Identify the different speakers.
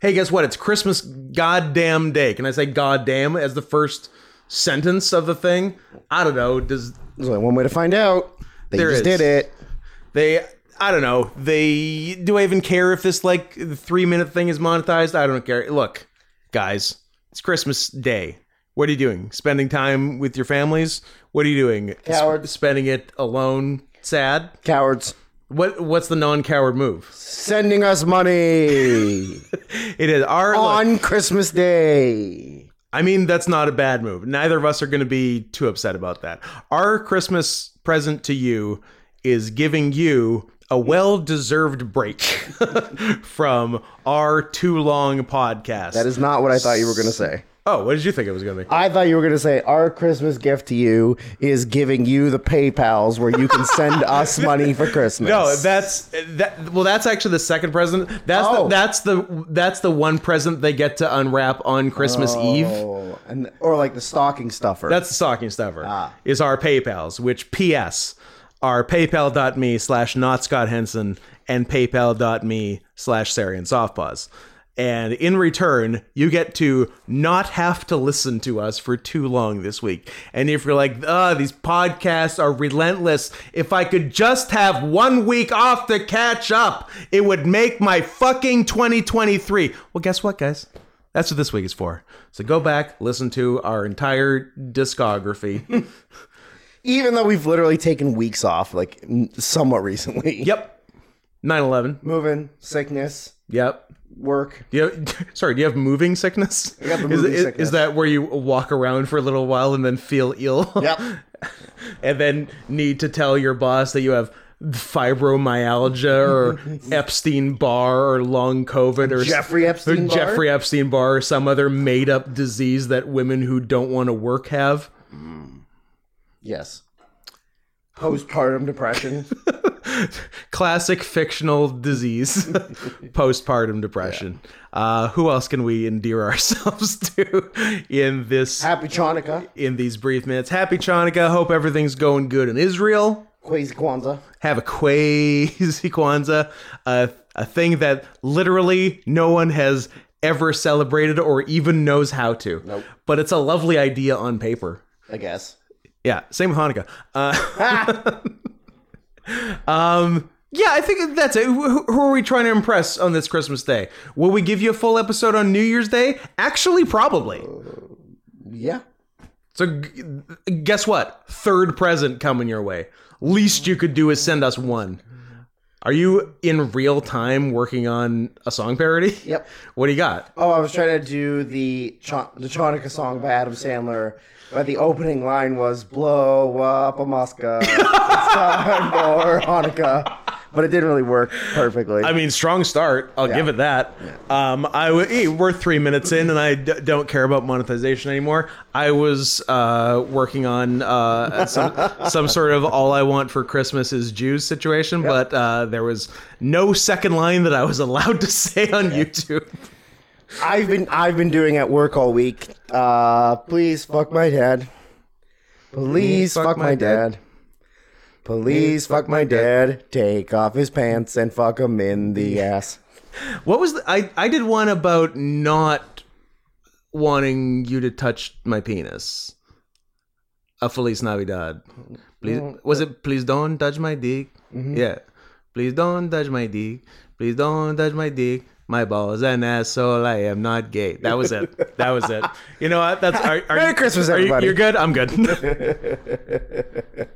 Speaker 1: hey, guess what? It's Christmas goddamn day. Can I say goddamn as the first sentence of the thing? I don't know. Does
Speaker 2: There's only one way to find out. They
Speaker 1: There
Speaker 2: just
Speaker 1: is.
Speaker 2: did it.
Speaker 1: they i don't know they do i even care if this like three minute thing is monetized i don't care look guys it's christmas day what are you doing spending time with your families what are you doing Sp-
Speaker 2: Coward.
Speaker 1: spending it alone sad
Speaker 2: Cowards
Speaker 1: what what's the non-coward move
Speaker 2: sending us money
Speaker 1: it is our look,
Speaker 2: on Christmas Day.
Speaker 1: i mean that's not a bad move neither of us are going to be too upset about that our christmas present to you is giving you a well-deserved break from our too long podcast
Speaker 2: That is not what I thought you were going to say.
Speaker 1: Oh, what did you think it was going to be?
Speaker 2: I thought you were going to say our Christmas gift to you is giving you the PayPal's where you can send us money for Christmas.
Speaker 1: No, Oh, that's that. Well, that's actually the second present. That's
Speaker 2: Oh.
Speaker 1: the, that's the that's the one present they get to unwrap on Christmas Eve.
Speaker 2: Oh, and or like the stocking stuffer.
Speaker 1: That's the stocking stuffer. Is our PayPal's, which P.S. are PayPal.me slash not Scott Henson and PayPal.me slash Sarian Softpaws. And in return, you get to not have to listen to us for too long this week. And if you're like, ah, these podcasts are relentless, if I could just have one week off to catch up, it would make my fucking 2023. Well, guess what, guys? That's what this week is for. So go back, listen to our entire discography.
Speaker 2: even though we've literally taken weeks off, like n- somewhat recently.
Speaker 1: yep. 9 11.
Speaker 2: Moving, sickness,
Speaker 1: Yep.
Speaker 2: work.
Speaker 1: Do you have, sorry, do you have moving sickness?
Speaker 2: got the
Speaker 1: is,
Speaker 2: moving
Speaker 1: is-
Speaker 2: sickness.
Speaker 1: is that where you walk around for a little while and then feel ill? and then need to tell your boss that you have fibromyalgia or Epstein Barr or long COVID or
Speaker 2: Jeffrey Epstein
Speaker 1: or
Speaker 2: Barr?
Speaker 1: Jeffrey Epstein Barr or some other made up disease that women who don't want to work have.
Speaker 2: Yes. Postpartum depression.
Speaker 1: classic fictional disease postpartum depression uh, who else can we endear ourselves to in this
Speaker 2: Happy Chanukah.
Speaker 1: in these brief minutes happy chanukah hope everything's going good in israel
Speaker 2: Quasi Kwanzaa.
Speaker 1: have a crazy kwanzaa a, a thing that literally no one has ever celebrated or even knows how to
Speaker 2: Nope.
Speaker 1: but it's a lovely idea on paper
Speaker 2: I guess.
Speaker 1: yeah, same with Hanukkah. Uh, um, yeah, I think that's it. Who, who are we trying to impress on this Christmas day? Will we give you a full episode on New Year's Day? Actually, probably.
Speaker 2: Yeah.
Speaker 1: So, g- guess what? Third present coming your way. Least you could do is send us one. Are you in real time working on a song parody?
Speaker 2: Yep.
Speaker 1: What do you got?
Speaker 2: Oh, I was trying to do the Cha- the Chanukah song by Adam Sandler, but the opening line was "Blow up a Moscow, it's time for Hanukkah," but it didn't really work perfectly.
Speaker 1: I mean, strong start. I'll give it that. Um, I w- eh, we're three minutes in, and I d- don't care about monetization anymore. I was uh, working on uh, some some sort of all I want for Christmas is Jews situation, but uh, there was no second line that I was allowed to say on YouTube.
Speaker 2: I've been I've been doing at work all week. Uh, please fuck my dad. Please fuck, my dad. Please fuck my dad. Take off his pants and fuck him in the ass.
Speaker 1: What was the, I? I did one about not wanting you to touch my penis. A Feliz Navidad. Please, was it? Please don't touch my dick. Yeah. Please don't touch my dick. Please don't touch my dick. My balls and asshole. I am not gay. That was it. That was it. You know what? That's are, are
Speaker 2: Merry
Speaker 1: you-
Speaker 2: Christmas,
Speaker 1: are you-
Speaker 2: everybody.
Speaker 1: You're good. I'm good.